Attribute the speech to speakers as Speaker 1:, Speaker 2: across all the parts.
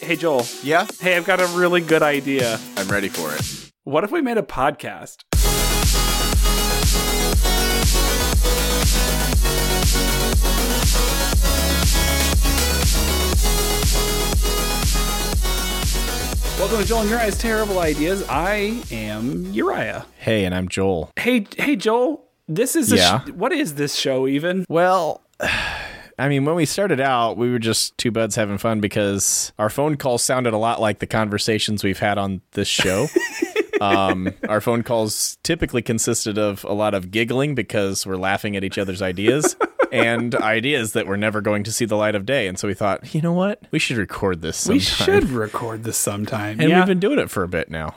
Speaker 1: Hey, Joel.
Speaker 2: Yeah?
Speaker 1: Hey, I've got a really good idea.
Speaker 2: I'm ready for it.
Speaker 1: What if we made a podcast? Welcome to Joel and Uriah's Terrible Ideas. I am Uriah.
Speaker 2: Hey, and I'm Joel.
Speaker 1: Hey, hey, Joel. This is a
Speaker 2: Yeah.
Speaker 1: sh- what is this show even?
Speaker 2: Well, I mean, when we started out, we were just two buds having fun because our phone calls sounded a lot like the conversations we've had on this show. um, our phone calls typically consisted of a lot of giggling because we're laughing at each other's ideas and ideas that were never going to see the light of day. And so we thought, you know what? We should record this sometime.
Speaker 1: We should record this sometime.
Speaker 2: And
Speaker 1: yeah,
Speaker 2: we've been doing it for a bit now.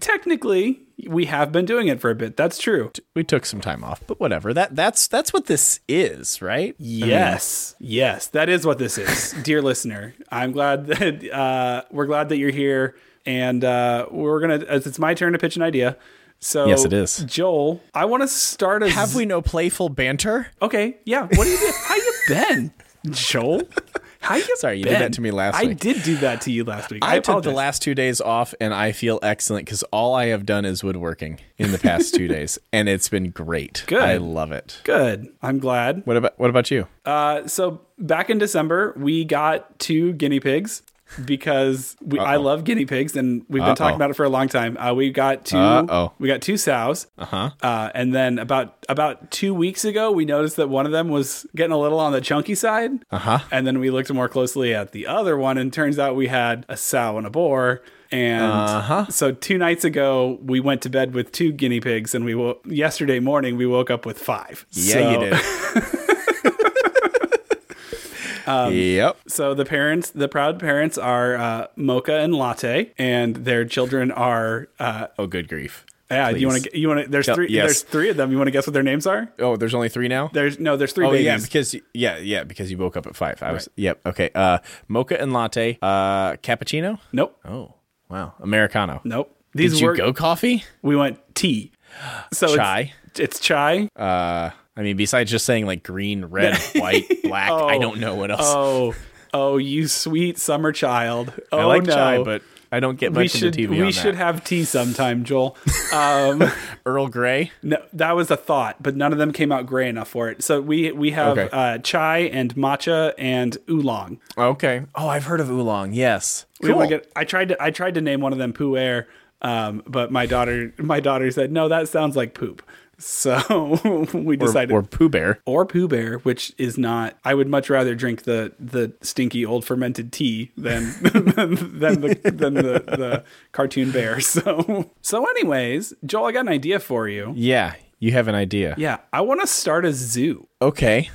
Speaker 1: technically we have been doing it for a bit. That's true.
Speaker 2: We took some time off, but whatever. That that's that's what this is, right?
Speaker 1: Yes, yes, that is what this is, dear listener. I'm glad that uh, we're glad that you're here, and uh, we're gonna. It's my turn to pitch an idea. So
Speaker 2: Yes, it is.
Speaker 1: Joel, I want to start a.
Speaker 2: Have we no playful banter?
Speaker 1: Okay, yeah. What do you? do- How you been, Joel? How you?
Speaker 2: Sorry, you
Speaker 1: been?
Speaker 2: did that to me last
Speaker 1: I
Speaker 2: week.
Speaker 1: did do that to you last week. I,
Speaker 2: I, took the
Speaker 1: apologize.
Speaker 2: last two days off and I feel excellent because all I have done is woodworking in the past two days and it's been great.
Speaker 1: Good.
Speaker 2: I love it.
Speaker 1: Good. I'm glad.
Speaker 2: What about what about you?
Speaker 1: Uh, so back in December, we got two guinea pigs because we, I love guinea pigs, and we've been talking
Speaker 2: Uh-oh.
Speaker 1: about it for a long time. Uh, we got 2
Speaker 2: Uh-oh.
Speaker 1: we got two sows, uh-huh. and then about about two weeks ago, we noticed that one of them was getting a little on the chunky side, uh-huh. and then we looked more closely at the other one, and turns out we had a sow and a boar. And so two nights ago, we went to bed with two guinea pigs, and we wo- yesterday morning we woke up with five. So- Um,
Speaker 2: yep.
Speaker 1: So the parents, the proud parents, are uh, Mocha and Latte, and their children are. Uh,
Speaker 2: Oh, good grief.
Speaker 1: yeah, you
Speaker 2: Please.
Speaker 1: want to? You want to? There's
Speaker 2: Tell-
Speaker 1: three.
Speaker 2: yes.
Speaker 1: There's three of them. You want to guess what their names are?
Speaker 2: Oh, there's only three now.
Speaker 1: There's no. There's three
Speaker 2: Oh
Speaker 1: babies.
Speaker 2: yeah, because yeah, yeah, because you woke up at five. I was yep. Okay. Uh, mocha and latte. Uh, cappuccino.
Speaker 1: Nope.
Speaker 2: Oh wow, americano.
Speaker 1: Nope.
Speaker 2: Did
Speaker 1: These
Speaker 2: you
Speaker 1: were.
Speaker 2: go coffee?
Speaker 1: We went tea. So
Speaker 2: Chai?
Speaker 1: It's, it's chai.
Speaker 2: Uh, I mean, besides just saying like green, red, white, black, I
Speaker 1: Oh.
Speaker 2: don't know what else.
Speaker 1: oh, oh, you sweet summer child. Oh
Speaker 2: I like
Speaker 1: no.
Speaker 2: chai, but I don't get much
Speaker 1: we
Speaker 2: into
Speaker 1: should
Speaker 2: TV
Speaker 1: we
Speaker 2: on
Speaker 1: should
Speaker 2: that.
Speaker 1: have tea sometime, Joel. Um,
Speaker 2: Earl Grey.
Speaker 1: No, that was a thought, but none of them came out gray enough for it. So we we have
Speaker 2: Okay.
Speaker 1: uh, chai and matcha and oolong.
Speaker 2: Okay. Oh, I've heard of oolong. Yes.
Speaker 1: We wanna get- I tried to I tried to name one of them poo air, um, but my daughter my daughter said no, that sounds like poop. So we decided
Speaker 2: or, or Pooh Bear.
Speaker 1: or Pooh Bear, which is not. I would much rather drink the the stinky old fermented tea than than the than the, the cartoon bear. So so anyways, Joel, I got an idea for you.
Speaker 2: Yeah, you have an idea.
Speaker 1: Yeah, I want to start a zoo.
Speaker 2: Okay.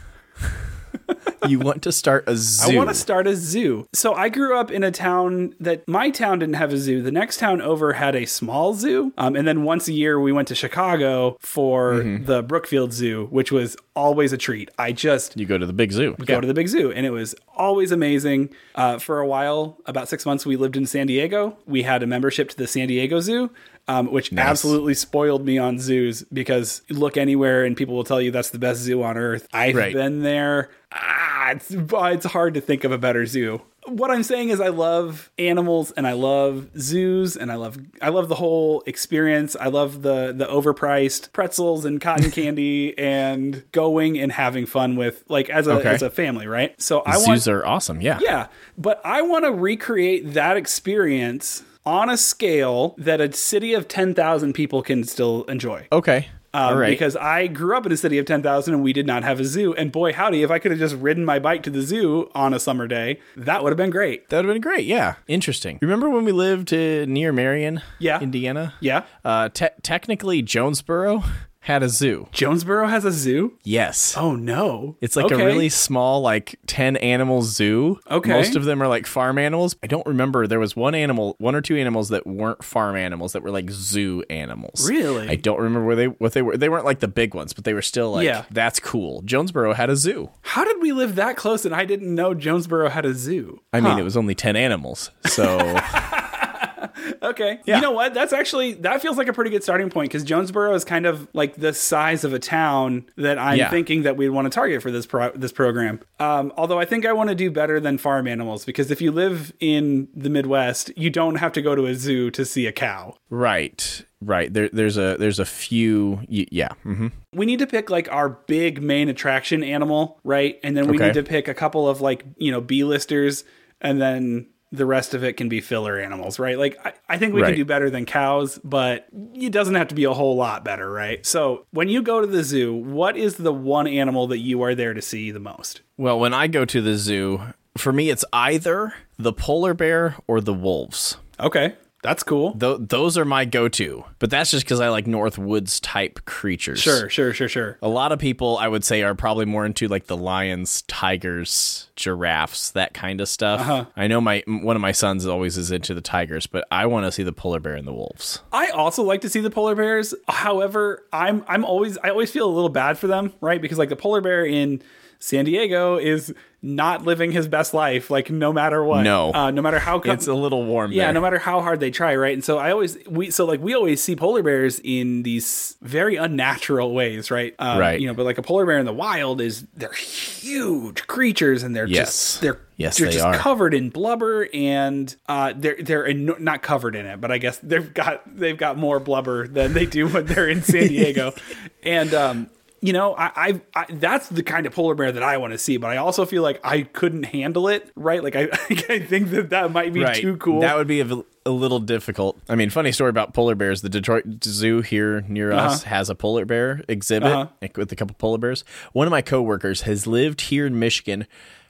Speaker 2: you want to start a zoo?
Speaker 1: I want to start a zoo. So I grew up in a town that my town didn't have a zoo. The next town over had a small zoo. Um, and then once a year we went to Chicago for the Brookfield Zoo, which was always a treat. I just
Speaker 2: you go to the big zoo.
Speaker 1: go to the big zoo and it was always amazing uh, for a while about six months we lived in san diego we had a membership to the san diego zoo um, which absolutely spoiled me on zoos because you look anywhere and people will tell you that's the best zoo on earth i've
Speaker 2: Right.
Speaker 1: been there ah, it's, it's hard to think of a better zoo what i'm saying is i love animals and i love zoos and i love i love the whole experience i love the the overpriced pretzels and cotton candy and going and having fun with like as a
Speaker 2: Okay.
Speaker 1: as a family, right? So I want
Speaker 2: Zoos are awesome. Yeah.
Speaker 1: yeah, but I want to recreate that experience on a scale that a city of 10,000 people can still enjoy.
Speaker 2: Okay. All
Speaker 1: Um,
Speaker 2: right.
Speaker 1: Because I grew up in a city of 10,000 and we did not have a zoo. And boy, howdy, if I could have just ridden my bike to the zoo on a summer day, that would have been great.
Speaker 2: that would have been great. Yeah. Interesting. Remember when we lived uh, near Marion,
Speaker 1: Yeah.
Speaker 2: Indiana?
Speaker 1: Yeah.
Speaker 2: Uh, te- technically, Jonesboro had a zoo.
Speaker 1: Jonesboro has a zoo?
Speaker 2: Yes.
Speaker 1: Oh, no.
Speaker 2: It's like
Speaker 1: Okay.
Speaker 2: a really small, like ten animal zoo.
Speaker 1: Okay.
Speaker 2: Most of them are like farm animals. I don't remember. There was one animal, one or two animals that weren't farm animals that were like zoo animals.
Speaker 1: Really?
Speaker 2: I don't remember where they what they were. They weren't like the big ones, but they were still like
Speaker 1: Yeah.
Speaker 2: that's cool. Jonesboro had a zoo.
Speaker 1: How did we live that close and I didn't know Jonesboro had a zoo?
Speaker 2: I mean, it was only ten animals, so
Speaker 1: Okay.
Speaker 2: Yeah.
Speaker 1: You know what? That's actually that feels like a pretty good starting point because Jonesboro is kind of like the size of a town that I'm
Speaker 2: Yeah.
Speaker 1: thinking that we'd want to target for this pro- this program. Um, although I think I want to do better than farm animals because if you live in the Midwest, you don't have to go to a zoo to see a cow.
Speaker 2: Right. Right. There, there's a there's a few. y- Yeah. hmm
Speaker 1: we need to pick like our big main attraction animal, right? And then we
Speaker 2: Okay.
Speaker 1: need to pick a couple of like, you know, B listers and then the rest of it can be filler animals, right? Like I, I think we
Speaker 2: Right.
Speaker 1: can do better than cows, but it doesn't have to be a whole lot better, right? So when you go to the zoo, what is the one animal that you are there to see the most?
Speaker 2: Well, when I go to the zoo, for me, it's either the polar bear or the wolves.
Speaker 1: Okay. That's cool.
Speaker 2: Tho- those are my go-to, but that's just because I like North Woods type creatures.
Speaker 1: Sure, sure, sure, sure.
Speaker 2: A lot of people, I would say, are probably more into like the lions, tigers, giraffes, that kind of stuff.
Speaker 1: Uh-huh.
Speaker 2: I know my m- one of my sons always is into the tigers, but I want to see the polar bear and the wolves.
Speaker 1: I also like to see the polar bears. However, I'm I'm always I always feel a little bad for them, right? Because like the polar bear in San Diego is not living his best life, like no matter what.
Speaker 2: No.
Speaker 1: uh, no matter how. Com-
Speaker 2: It's a little warm.
Speaker 1: yeah,
Speaker 2: there.
Speaker 1: no matter how hard they try, right? And so I always we so like we always see polar bears in these very unnatural ways, right? Um,
Speaker 2: Right.
Speaker 1: You know, but like a polar bear in the wild is they're huge creatures and they're
Speaker 2: Yes.
Speaker 1: just they're
Speaker 2: Yes,
Speaker 1: they're
Speaker 2: they
Speaker 1: just
Speaker 2: are.
Speaker 1: covered in blubber and uh they're they're eno- not covered in it, but I guess they've got they've got more blubber than they do when they're in San Diego, and um. You know, I, I, I that's the kind of polar bear that I want to see, but I also feel like I couldn't handle it, right? Like I, I think that that might be too cool.
Speaker 2: That would be a, a little difficult. I mean, funny story about polar bears. The Detroit Zoo here near
Speaker 1: Uh-huh.
Speaker 2: us has a polar bear exhibit like, with a couple polar bears. One of my coworkers has lived here in Michigan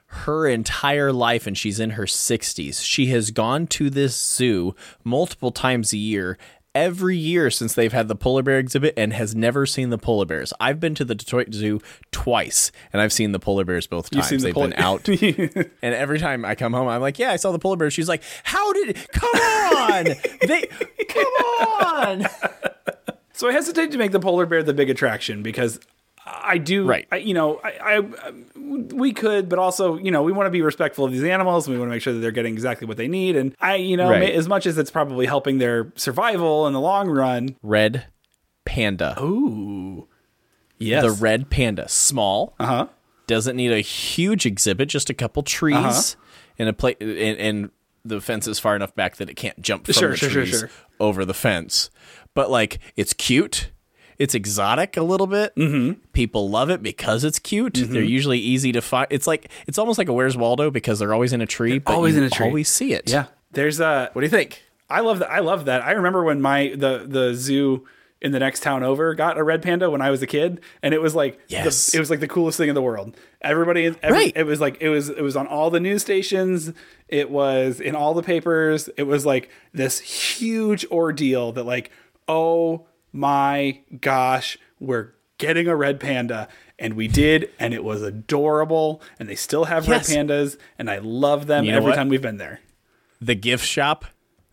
Speaker 2: her entire life and she's in her 60s. She has gone to this zoo multiple times a year. Every year since they've had the polar bear exhibit and has never seen the polar bears. I've been to the Detroit Zoo twice and I've seen the polar bears both times.
Speaker 1: seen the
Speaker 2: they've
Speaker 1: polar-
Speaker 2: been out and every time I come home, I'm like, "Yeah, I saw the polar bear." She's like, "How did? Come on! they come on!"
Speaker 1: So I hesitate to make the polar bear the big attraction because I do,
Speaker 2: Right.
Speaker 1: I, you know, I, I we could, but also, you know, we want to be respectful of these animals. And we want to make sure that they're getting exactly what they need. And I, you know,
Speaker 2: Right.
Speaker 1: as much as it's probably helping their survival in the long run.
Speaker 2: Red panda.
Speaker 1: Ooh, yes, Uh-huh.
Speaker 2: The red panda, small. Uh huh. Doesn't need a huge exhibit, just a couple trees
Speaker 1: Uh-huh.
Speaker 2: and a plate, and, and the fence is far enough back that it can't jump from
Speaker 1: Sure,
Speaker 2: the
Speaker 1: sure, sure,
Speaker 2: trees
Speaker 1: sure.
Speaker 2: over the fence. But like, it's cute. It's exotic a little bit. Mm-hmm. People love it because it's cute.
Speaker 1: Mm-hmm.
Speaker 2: They're usually easy to find. It's like it's almost like a Where's Waldo because they're always in a tree. But
Speaker 1: always
Speaker 2: you
Speaker 1: in a tree.
Speaker 2: Always see it.
Speaker 1: yeah. There's a
Speaker 2: What do you think?
Speaker 1: I love that. I love that. I remember when my the the zoo in the next town over got a red panda when I was a kid, and it was like the-
Speaker 2: Yes.
Speaker 1: it was like the coolest thing in the world. Everybody, every,
Speaker 2: Right.
Speaker 1: It was like it was it was on all the news stations. It was in all the papers. It was like this huge ordeal that like oh my gosh, we're getting a red panda. And we did, and it was adorable. And they still have
Speaker 2: Yes.
Speaker 1: red pandas, and I love them
Speaker 2: You know
Speaker 1: every
Speaker 2: what?
Speaker 1: time we've been there.
Speaker 2: The gift shop.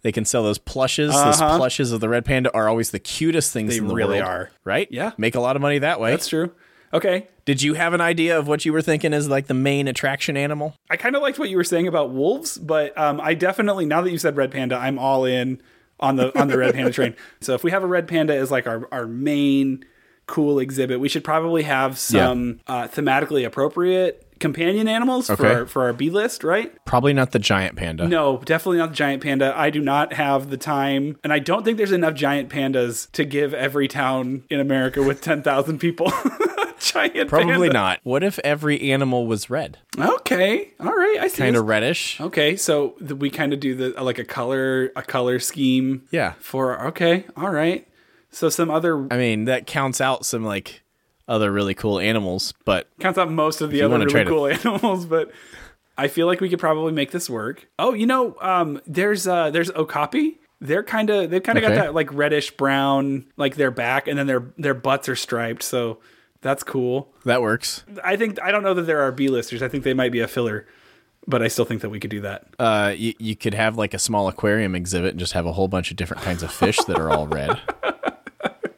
Speaker 2: They can sell those plushes. Those plushes of the red panda are always the cutest things
Speaker 1: Uh-huh. They
Speaker 2: in the
Speaker 1: really
Speaker 2: world,
Speaker 1: are.
Speaker 2: Right?
Speaker 1: Yeah.
Speaker 2: Make a lot of money that way.
Speaker 1: That's true. Okay,
Speaker 2: Did you have an idea of what you were thinking as like the main attraction animal?
Speaker 1: I kind of liked what you were saying about wolves, but um, I definitely now that you said red panda, I'm all in on the on the red panda train. So if we have a red panda as like our our main cool exhibit, we should probably have some uh, thematically appropriate companion animals for
Speaker 2: Okay.
Speaker 1: our, for our B list, right?
Speaker 2: Probably not the giant panda.
Speaker 1: No, definitely not the giant panda. I do not have the time, and I don't think there's enough giant pandas to give every town in America with ten thousand people. a giant
Speaker 2: Probably
Speaker 1: panda.
Speaker 2: not. What if every animal was red?
Speaker 1: Okay, all right, I see.
Speaker 2: Kind of reddish.
Speaker 1: Okay, so th- we kind of do the like a color a color scheme.
Speaker 2: Yeah.
Speaker 1: For okay, all right. So some other
Speaker 2: I mean, that counts out some like other really cool animals, but
Speaker 1: counts out most of the
Speaker 2: you
Speaker 1: other
Speaker 2: wanna try
Speaker 1: really
Speaker 2: to-
Speaker 1: cool animals, but I feel like we could probably make this work. Oh, you know, um, there's uh, there's okapi. They're kind of they've kind of
Speaker 2: Okay.
Speaker 1: got that like reddish brown like their back, and then their their butts are striped. So that's cool.
Speaker 2: that works.
Speaker 1: I think I don't know that there are B listers. I think they might be a filler, but I still think that we could do that.
Speaker 2: Uh, you, you could have like a small aquarium exhibit and just have a whole bunch of different kinds of fish that are all red.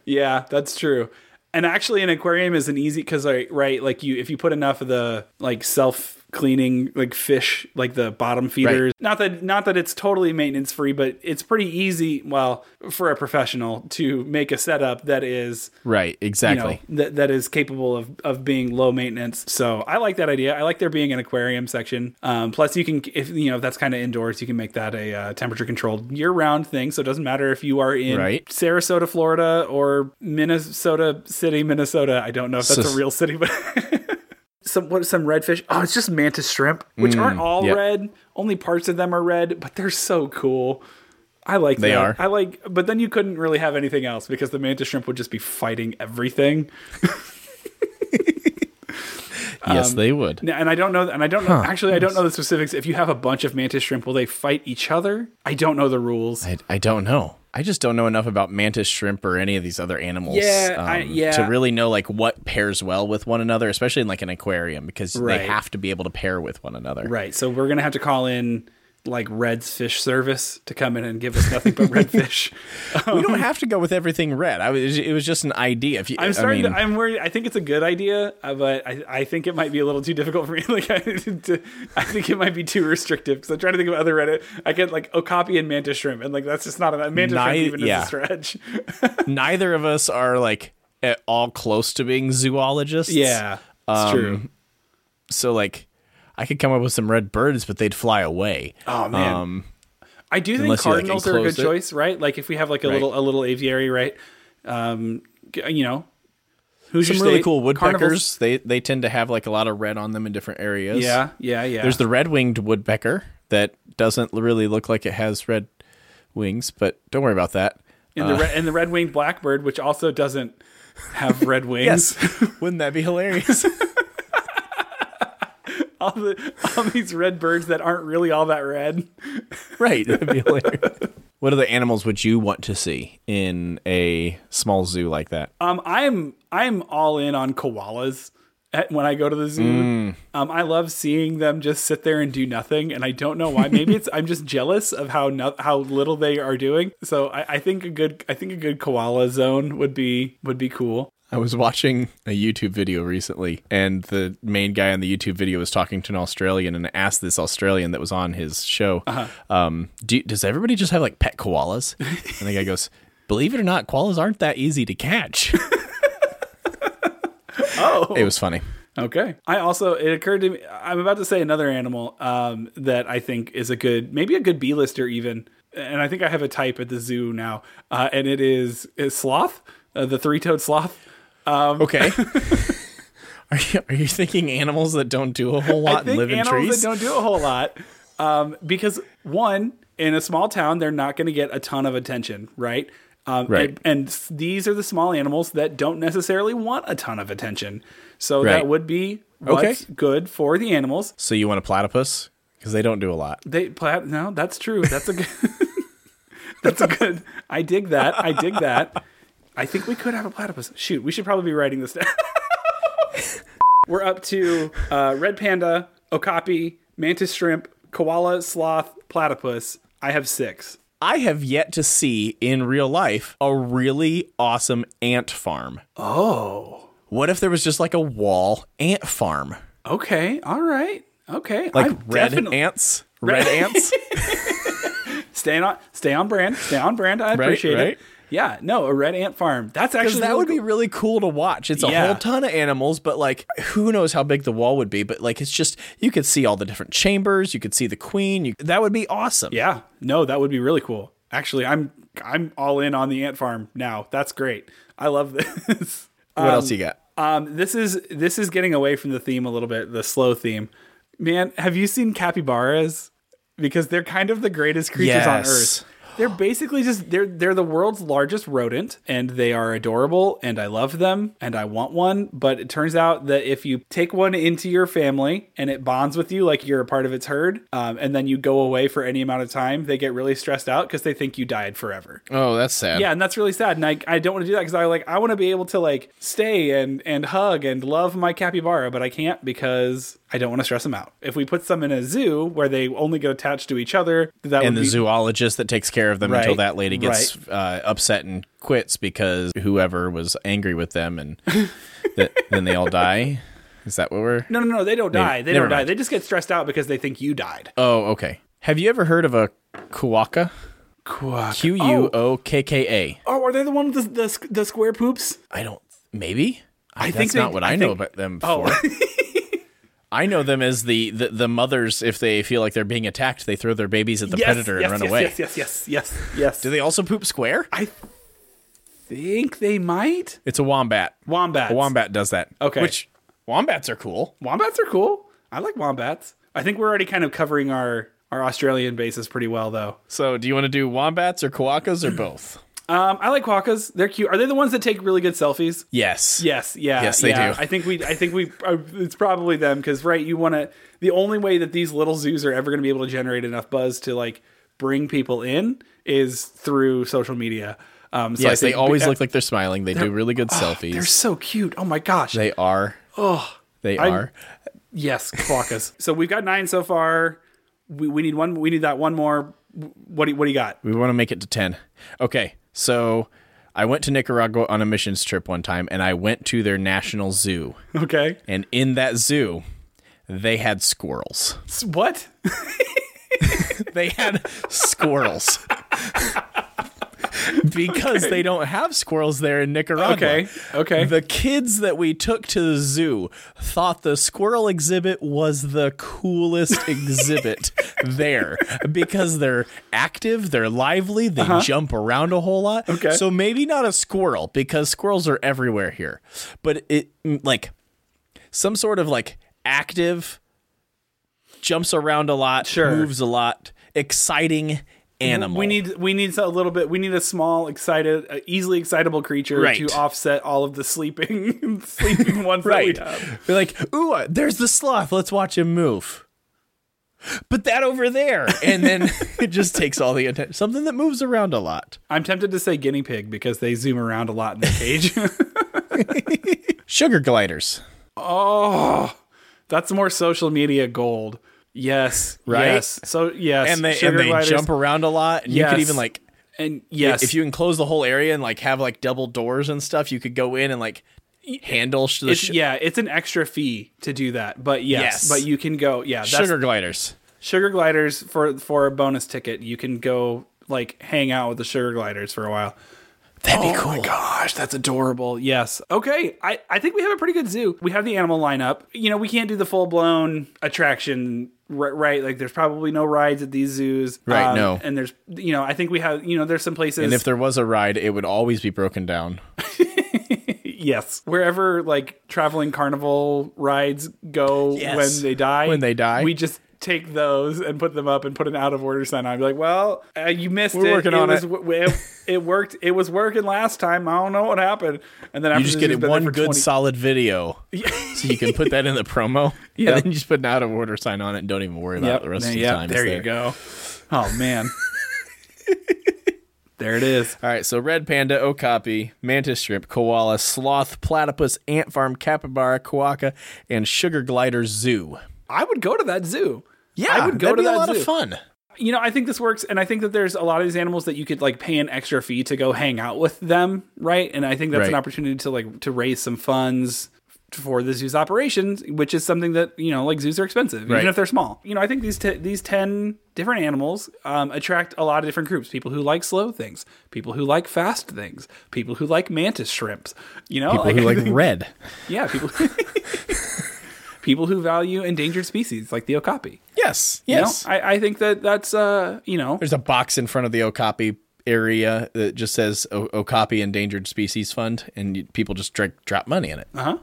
Speaker 1: Yeah, that's true. And actually, an aquarium is an easy because right, like you, if you put enough of the like self cleaning like fish, like the bottom feeders. Not that not that it's totally maintenance free, but it's pretty easy. Well, for a professional to make a setup that is
Speaker 2: Right,
Speaker 1: you know,
Speaker 2: exactly.
Speaker 1: that that is capable of of being low maintenance. So I like that idea. I like there being an aquarium section. Um, plus, you can if you know if that's kind of indoors, you can make that a uh, temperature controlled year round thing. So it doesn't matter if you are in
Speaker 2: Right.
Speaker 1: Sarasota, Florida, or Minnesota City, Minnesota. I don't know if that's
Speaker 2: So-
Speaker 1: a real city, but. Some what some redfish? Oh, it's just mantis shrimp, which aren't all
Speaker 2: Mm, yep.
Speaker 1: red. Only parts of them are red, but they're so cool. I like
Speaker 2: They
Speaker 1: that.
Speaker 2: are.
Speaker 1: I like, but then you couldn't really have anything else because the mantis shrimp would just be fighting everything.
Speaker 2: yes,
Speaker 1: um,
Speaker 2: they would.
Speaker 1: Now- And I don't know, and I don't know. Actually, I don't know the specifics. If you have a bunch of mantis shrimp, will they fight each other? I don't know the rules.
Speaker 2: I, I don't know. I just don't know enough about mantis shrimp or any of these other animals um,
Speaker 1: Yeah, I- yeah.
Speaker 2: to really know like what pairs well with one another, especially in like an aquarium because
Speaker 1: Right.
Speaker 2: they have to be able to pair with one another.
Speaker 1: right. So we're gonna have to call in like Red's Fish Service to come in and give us nothing but red fish.
Speaker 2: We don't have to go with everything red. I was it was just an idea. If you,
Speaker 1: I'm
Speaker 2: I
Speaker 1: starting.
Speaker 2: mean,
Speaker 1: to, I'm worried. I think it's a good idea, uh, but I, I think it might be a little too difficult for me. Like, I, to, I think it might be too restrictive because I'm trying to think of other Reddit. I get like okapi and mantis shrimp, and like that's just not a mantis
Speaker 2: Ni-
Speaker 1: shrimp even
Speaker 2: yeah.
Speaker 1: is a stretch.
Speaker 2: neither of us are like at all close to being zoologists.
Speaker 1: it's
Speaker 2: Um,
Speaker 1: true.
Speaker 2: So like, I could come up with some red birds, but they'd fly away.
Speaker 1: Oh man,
Speaker 2: Um,
Speaker 1: I do think
Speaker 2: unless you, like,
Speaker 1: cardinals are a
Speaker 2: enclose
Speaker 1: good
Speaker 2: it.
Speaker 1: choice, right? Like if we have like a little a little aviary, right? Um, g- you know, who's
Speaker 2: some
Speaker 1: your
Speaker 2: really
Speaker 1: state?
Speaker 2: cool woodpeckers.
Speaker 1: Carnivals-
Speaker 2: They they tend to have like a lot of red on them in different areas.
Speaker 1: Yeah, yeah, yeah.
Speaker 2: There's the red winged woodpecker that doesn't really look like it has red wings, but don't worry about that.
Speaker 1: and
Speaker 2: uh,
Speaker 1: the, re- and the red winged blackbird, which also doesn't have red wings.
Speaker 2: Wouldn't that be hilarious?
Speaker 1: all the all these red birds that aren't really all that red.
Speaker 2: right. That'd be hilarious. What other animals would you want to see in a small zoo like that?
Speaker 1: Um, I'm I'm all in on koalas at, when I go to the zoo. Um, I love seeing them just sit there and do nothing, and I don't know why. Maybe it's I'm just jealous of how no, how little they are doing. So I, I think a good I think a good koala zone would be would be cool.
Speaker 2: I was watching a YouTube video recently, and the main guy on the YouTube video was talking to an Australian and asked this Australian that was on his show,
Speaker 1: Uh-huh.
Speaker 2: um, do, "Does everybody just have like pet koalas?" And the guy goes, "Believe it or not, koalas aren't that easy to catch."
Speaker 1: Oh,
Speaker 2: it was funny.
Speaker 1: okay. I also it occurred to me I'm about to say another animal um, that I think is a good maybe a good B lister even, and I think I have a type at the zoo now, uh, and it is is sloth, uh, the three toed sloth.
Speaker 2: Okay. Are you, are you thinking animals that don't do a whole lot and live in
Speaker 1: animals
Speaker 2: trees?
Speaker 1: that don't do a whole lot, um, because one in a small town they're not going to get a ton of attention, right? Um,
Speaker 2: Right.
Speaker 1: And, and s- these are the small animals that don't necessarily want a ton of attention, so
Speaker 2: Right.
Speaker 1: that would be what's
Speaker 2: Okay.
Speaker 1: good for the animals.
Speaker 2: So you want a platypus? Because they don't do a lot.
Speaker 1: They pla- no, that's true. That's a good. that's a good. I dig that. I dig that. I think we could have a platypus. Shoot, we should probably be writing this down. We're up to uh, red panda, okapi, mantis shrimp, koala, sloth, platypus. I have six.
Speaker 2: I have yet to see in real life a really awesome ant farm.
Speaker 1: Oh,
Speaker 2: What if there was just like a wall ant farm?
Speaker 1: okay, all right, okay.
Speaker 2: Like
Speaker 1: I'm
Speaker 2: red
Speaker 1: definitely-
Speaker 2: ants? Red ants?
Speaker 1: Stay on, stay on brand. Stay on brand. I appreciate
Speaker 2: right.
Speaker 1: it. Yeah, no, a red ant farm. That's actually
Speaker 2: Because that
Speaker 1: really
Speaker 2: would
Speaker 1: cool.
Speaker 2: be really cool to watch. It's a
Speaker 1: Yeah.
Speaker 2: whole ton of animals, but like who knows how big the wall would be. But like it's just, you could see all the different chambers, you could see the queen. You, that would be awesome.
Speaker 1: Yeah. No, that would be really cool. Actually, I'm I'm all in on the ant farm now. That's great. I love this.
Speaker 2: What else you got?
Speaker 1: Um, this is this is getting away from the theme a little bit, the slow theme. Man, have you seen capybaras? Because they're kind of the greatest creatures on
Speaker 2: Yes.
Speaker 1: earth. They're basically just they're they're the world's largest rodent, and they are adorable, and I love them, and I want one. But it turns out that if you take one into your family and it bonds with you, like you're a part of its herd, um, and then you go away for any amount of time, they get really stressed out because they think you died forever.
Speaker 2: Oh, that's sad.
Speaker 1: Yeah, and that's really sad. And I, I don't want to do that because I like I want to be able to like stay and and hug and love my capybara, but I can't because I don't want to stress them out. If we put some in a zoo where they only get attached to each other, that would
Speaker 2: and the
Speaker 1: be,
Speaker 2: zoologist that takes care of them until
Speaker 1: Right,
Speaker 2: that lady gets uh, upset and quits because whoever was angry with them and th- then they all die. Is that what we're?
Speaker 1: No, no, no. They don't
Speaker 2: Maybe-
Speaker 1: die. They
Speaker 2: never
Speaker 1: don't die.
Speaker 2: mind.
Speaker 1: They just get stressed out because they think you died.
Speaker 2: Oh, okay. Have you ever heard of a kuaka? Q U
Speaker 1: Oh,
Speaker 2: O K K A.
Speaker 1: oh, are they the one with the, the, the square poops?
Speaker 2: I don't. Maybe.
Speaker 1: I
Speaker 2: That's
Speaker 1: think they-
Speaker 2: not what I,
Speaker 1: I
Speaker 2: know
Speaker 1: think-
Speaker 2: about them.
Speaker 1: Oh.
Speaker 2: For. I know them as the, the the mothers. If they feel like they're being attacked, they throw their babies at the
Speaker 1: yes,
Speaker 2: predator
Speaker 1: yes,
Speaker 2: and run
Speaker 1: yes,
Speaker 2: away.
Speaker 1: Yes, yes, yes, yes, yes.
Speaker 2: Do they also poop square?
Speaker 1: I think they might.
Speaker 2: It's a wombat.
Speaker 1: Wombats.
Speaker 2: A wombat does that.
Speaker 1: Okay.
Speaker 2: Which wombats are cool.
Speaker 1: Wombats are cool. I like wombats. I think we're already kind of covering our our Australian bases pretty well, though.
Speaker 2: So, do you want to do wombats or koakas or both?
Speaker 1: Um, I like quokkas. They're cute. Are they the ones that take really good selfies?
Speaker 2: yes.
Speaker 1: Yes, yeah,
Speaker 2: Yes, they
Speaker 1: yeah.
Speaker 2: do.
Speaker 1: I think we, I think we, uh, it's probably them because right, you want to. The only way that these little zoos are ever going to be able to generate enough buzz to like bring people in is through social media. Um, so I
Speaker 2: Yes, they
Speaker 1: think-
Speaker 2: always
Speaker 1: uh,
Speaker 2: look like they're smiling. They do really good
Speaker 1: They're
Speaker 2: selfies.
Speaker 1: so cute. Oh my gosh.
Speaker 2: They are. Oh, they are.
Speaker 1: yes, quokkas. so we've got nine so far. We, we need one. We need that one more. What do you- what do you got?
Speaker 2: We want to make it to 10. Okay. So, I went to Nicaragua on a missions trip one time and I went to their national zoo.
Speaker 1: Okay.
Speaker 2: And in that zoo, they had squirrels.
Speaker 1: S- What?
Speaker 2: They had squirrels. because they don't have squirrels there in Nicaragua.
Speaker 1: Okay. Okay.
Speaker 2: The kids that we took to the zoo thought the squirrel exhibit was the coolest exhibit there because they're active, they're lively, they jump around a whole lot.
Speaker 1: Uh-huh. Okay.
Speaker 2: So maybe not a squirrel because squirrels are everywhere here, but it mm, like some sort of like active, jumps around a lot,
Speaker 1: Sure.
Speaker 2: moves a lot, exciting animal.
Speaker 1: We need we need a little bit. We need a small, excited, uh, easily excitable creature
Speaker 2: Right.
Speaker 1: to offset all of the sleeping sleeping ones
Speaker 2: Right.
Speaker 1: that we have.
Speaker 2: We're like, ooh, uh, there's the sloth. Let's watch him move. But that over there. And then it just takes all the attention. Something that moves around a lot.
Speaker 1: I'm tempted to say guinea pig because they zoom around a lot in the cage.
Speaker 2: Sugar gliders.
Speaker 1: oh, that's more social media gold. Yes,
Speaker 2: Right?
Speaker 1: Yes. So yes,
Speaker 2: And they,
Speaker 1: sugar
Speaker 2: and they
Speaker 1: gliders.
Speaker 2: jump around a lot. And you
Speaker 1: Yes.
Speaker 2: could even like,
Speaker 1: And yes,
Speaker 2: if you enclose the whole area and like have like double doors and stuff, you could go in and like handle sh- the
Speaker 1: It's,
Speaker 2: sh-
Speaker 1: yeah, it's an extra fee to do that, but yes,
Speaker 2: Yes.
Speaker 1: but you can go. Yeah, that's,
Speaker 2: sugar gliders.
Speaker 1: sugar gliders for for a bonus ticket. You can go like hang out with the sugar gliders for a while.
Speaker 2: That'd be
Speaker 1: Oh
Speaker 2: cool.
Speaker 1: my gosh, that's adorable. Yes. Okay. I, I think we have a pretty good zoo. We have the animal lineup. You know, we can't do the full blown attraction, ri- right? Like, there's probably no rides at these zoos. Um,
Speaker 2: Right, no.
Speaker 1: And there's, you know, I think we have, you know, there's some places.
Speaker 2: And if there was a ride, it would always be broken down.
Speaker 1: yes. Wherever like traveling carnival rides go
Speaker 2: Yes.
Speaker 1: when they die.
Speaker 2: When they die.
Speaker 1: We just take those and put them up and put an out of order sign on. I'd be like, well, uh, you missed
Speaker 2: We're
Speaker 1: it.
Speaker 2: working
Speaker 1: it
Speaker 2: on
Speaker 1: was,
Speaker 2: it."
Speaker 1: w- it. It worked. It was working last time. I don't know what happened. And then after
Speaker 2: You just
Speaker 1: the
Speaker 2: get
Speaker 1: zoo's
Speaker 2: it
Speaker 1: been there
Speaker 2: one
Speaker 1: for
Speaker 2: good
Speaker 1: 20
Speaker 2: solid video. so you can put that in the promo.
Speaker 1: Yeah.
Speaker 2: And then you just put an out of order sign on it and don't even worry about it the rest of the
Speaker 1: Yep,
Speaker 2: time. It's
Speaker 1: There you go. Oh man. there it is.
Speaker 2: All right, so red panda, okapi, mantis shrimp, koala, sloth, platypus, ant farm, capybara, koaka, and sugar glider zoo.
Speaker 1: I would go to that zoo.
Speaker 2: I would go
Speaker 1: that'd
Speaker 2: to
Speaker 1: be
Speaker 2: that
Speaker 1: a lot
Speaker 2: zoo.
Speaker 1: of
Speaker 2: fun.
Speaker 1: You know, I think this works, and I think that there's a lot of these animals that you could like pay an extra fee to go hang out with them, right? And I think that's an
Speaker 2: Right.
Speaker 1: opportunity to like to raise some funds for the zoo's operations, which is something that you know, like zoos are expensive,
Speaker 2: Right.
Speaker 1: even if they're small. You know, I think these t- these ten different animals um, attract a lot of different groups: people who like slow things, people who like fast things, people who like mantis shrimps. You know,
Speaker 2: People who
Speaker 1: I
Speaker 2: like
Speaker 1: think-
Speaker 2: red.
Speaker 1: Yeah, people people who value endangered species like the okapi.
Speaker 2: Yes,
Speaker 1: You know,
Speaker 2: yes.
Speaker 1: I, I think that that's uh you know
Speaker 2: There's a box in front of the okapi area that just says o- okapi endangered species fund, and you, people just drink, drop money in it. Uh
Speaker 1: Uh-huh.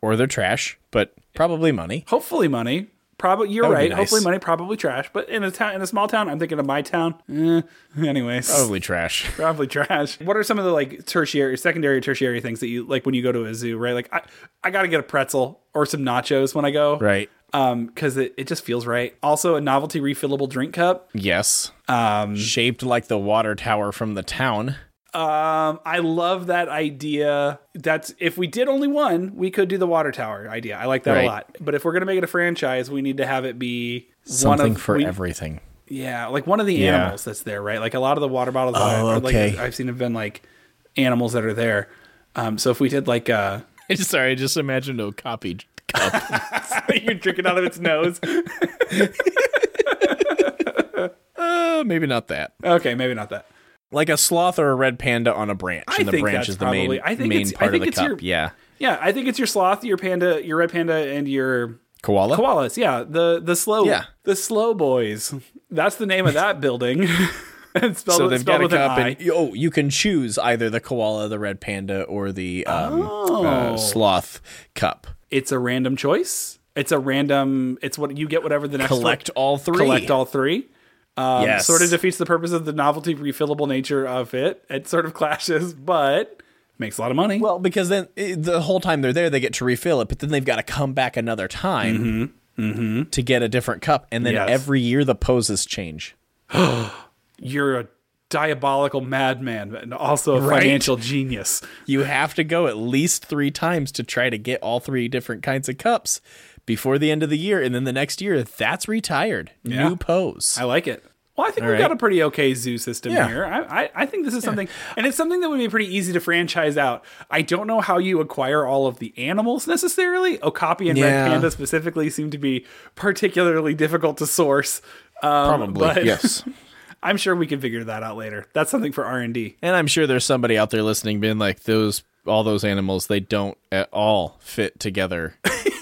Speaker 2: Or their trash, but probably money.
Speaker 1: hopefully money. Probably you're
Speaker 2: would be
Speaker 1: right.
Speaker 2: nice.
Speaker 1: Hopefully money, probably trash. But in a town, in a small town, I'm thinking of my town. Eh, anyways,
Speaker 2: Probably trash.
Speaker 1: probably trash. What are some of the like tertiary, secondary, tertiary things that you like when you go to a zoo? Right, like I, I gotta get a pretzel or some nachos when I go.
Speaker 2: Right.
Speaker 1: Um, because it, it just feels right. Also, a novelty refillable drink cup.
Speaker 2: Yes. Um, shaped like the water tower from the town.
Speaker 1: Um, I love that idea. That's if we did only one, we could do the water tower idea. I like that
Speaker 2: Right.
Speaker 1: a lot. But if we're gonna make it a franchise, we need to have it be one
Speaker 2: Something
Speaker 1: of
Speaker 2: for
Speaker 1: we-
Speaker 2: everything.
Speaker 1: Yeah, like one of the
Speaker 2: Yeah.
Speaker 1: animals that's there, right? Like a lot of the water bottles that I,
Speaker 2: Oh,
Speaker 1: or, like,
Speaker 2: okay.
Speaker 1: I've seen have been like animals that are there. Um, so if we did like uh
Speaker 2: Sorry, I just imagined a copy cup.
Speaker 1: You're drinking out of its nose.
Speaker 2: uh, maybe not that.
Speaker 1: Okay, maybe not that.
Speaker 2: Like a sloth or a red panda on a branch,
Speaker 1: I
Speaker 2: and the
Speaker 1: think
Speaker 2: branch
Speaker 1: that's
Speaker 2: is the main,
Speaker 1: probably- I think
Speaker 2: main
Speaker 1: it's- I
Speaker 2: part of
Speaker 1: think
Speaker 2: the
Speaker 1: it's
Speaker 2: cup.
Speaker 1: your-
Speaker 2: yeah,
Speaker 1: Yeah, I think it's your sloth, your panda, your red panda, and your
Speaker 2: koala.
Speaker 1: koalas. Yeah, the the slow
Speaker 2: Yeah.
Speaker 1: the slow boys. That's the name of that building. and spelled,
Speaker 2: So they've
Speaker 1: spelled
Speaker 2: got a
Speaker 1: with an
Speaker 2: cup,
Speaker 1: I.
Speaker 2: and oh, you can choose either the koala, the red panda, or the um,
Speaker 1: Oh.
Speaker 2: uh, sloth cup.
Speaker 1: it's a random choice. It's a random. It's what you get. Whatever the next
Speaker 2: Collect
Speaker 1: one-
Speaker 2: all three.
Speaker 1: collect all three. Um,
Speaker 2: Yes.
Speaker 1: Sort of defeats the purpose of the novelty refillable nature of it. It sort of clashes, but makes a lot of money.
Speaker 2: Well, because then eh, the whole time they're there, they get to refill it, but then they've got to come back another time to get a different cup, and then
Speaker 1: Mm-hmm. Yes.
Speaker 2: every year the poses change.
Speaker 1: You're a diabolical madman and also a
Speaker 2: Right?
Speaker 1: financial genius.
Speaker 2: You have to go at least three times to try to get all three different kinds of cups before the end of the year, and then the next year that's retired.
Speaker 1: Yeah.
Speaker 2: New pose.
Speaker 1: I like it. Well, I think we've
Speaker 2: right.
Speaker 1: got a pretty okay zoo system
Speaker 2: Yeah.
Speaker 1: here. I, I, I think this is something, and it's something that would be pretty easy to franchise out. I don't know how you acquire all of the animals necessarily. Okapi and
Speaker 2: Yeah.
Speaker 1: Red Panda specifically seem to be particularly difficult to source. Um, but I'm sure we can figure that out later. That's something for R and D.
Speaker 2: And I'm sure there's somebody out there listening being like, those all those animals, they don't at all fit together.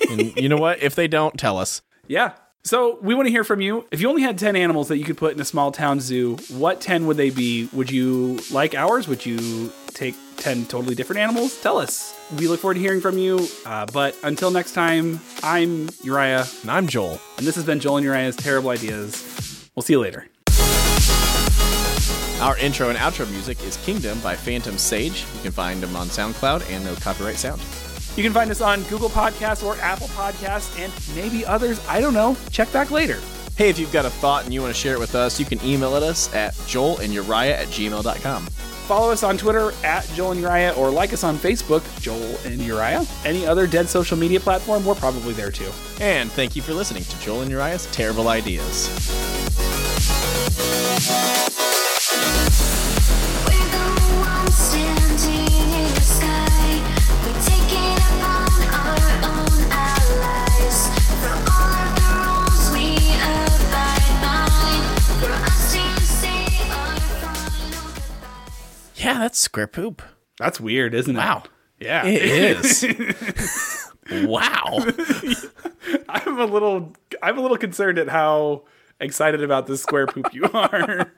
Speaker 2: and you know what? If they don't, tell us.
Speaker 1: Yeah. So we want to hear from you. If you only had 10 animals that you could put in a small town zoo, what 10 would they be? Would you like ours? Would you take 10 totally different animals? Tell us. We look forward to hearing from you. Uh, but until next time, I'm Uriah,
Speaker 2: And I'm Joel.
Speaker 1: and this has been Joel and Uriah's Terrible Ideas. We'll see you later.
Speaker 2: Our intro and outro music is Kingdom by Phantom Sage. You can find them on SoundCloud and no copyright sound.
Speaker 1: You can find us on Google Podcasts or Apple Podcasts and maybe others. I don't know. Check back later.
Speaker 2: Hey, if you've got a thought and you want to share it with us, you can email at us at joelanduriah at gmail.com.
Speaker 1: Follow us on Twitter at Joel and Uriah or like us on Facebook, Joel and Uriah. Any other dead social media platform, we're probably there too.
Speaker 2: And thank you for listening to Joel and Uriah's Terrible Ideas.
Speaker 3: We're the ones standing in the sky. We're taking upon our own allies. For all of the rules we abide by. For us to say our final goodbyes.
Speaker 2: Yeah, that's square poop.
Speaker 1: That's weird, isn't it?
Speaker 2: Wow.
Speaker 1: Yeah.
Speaker 2: It is. wow.
Speaker 1: I'm a little I'm a little concerned at how excited about this square poop you are.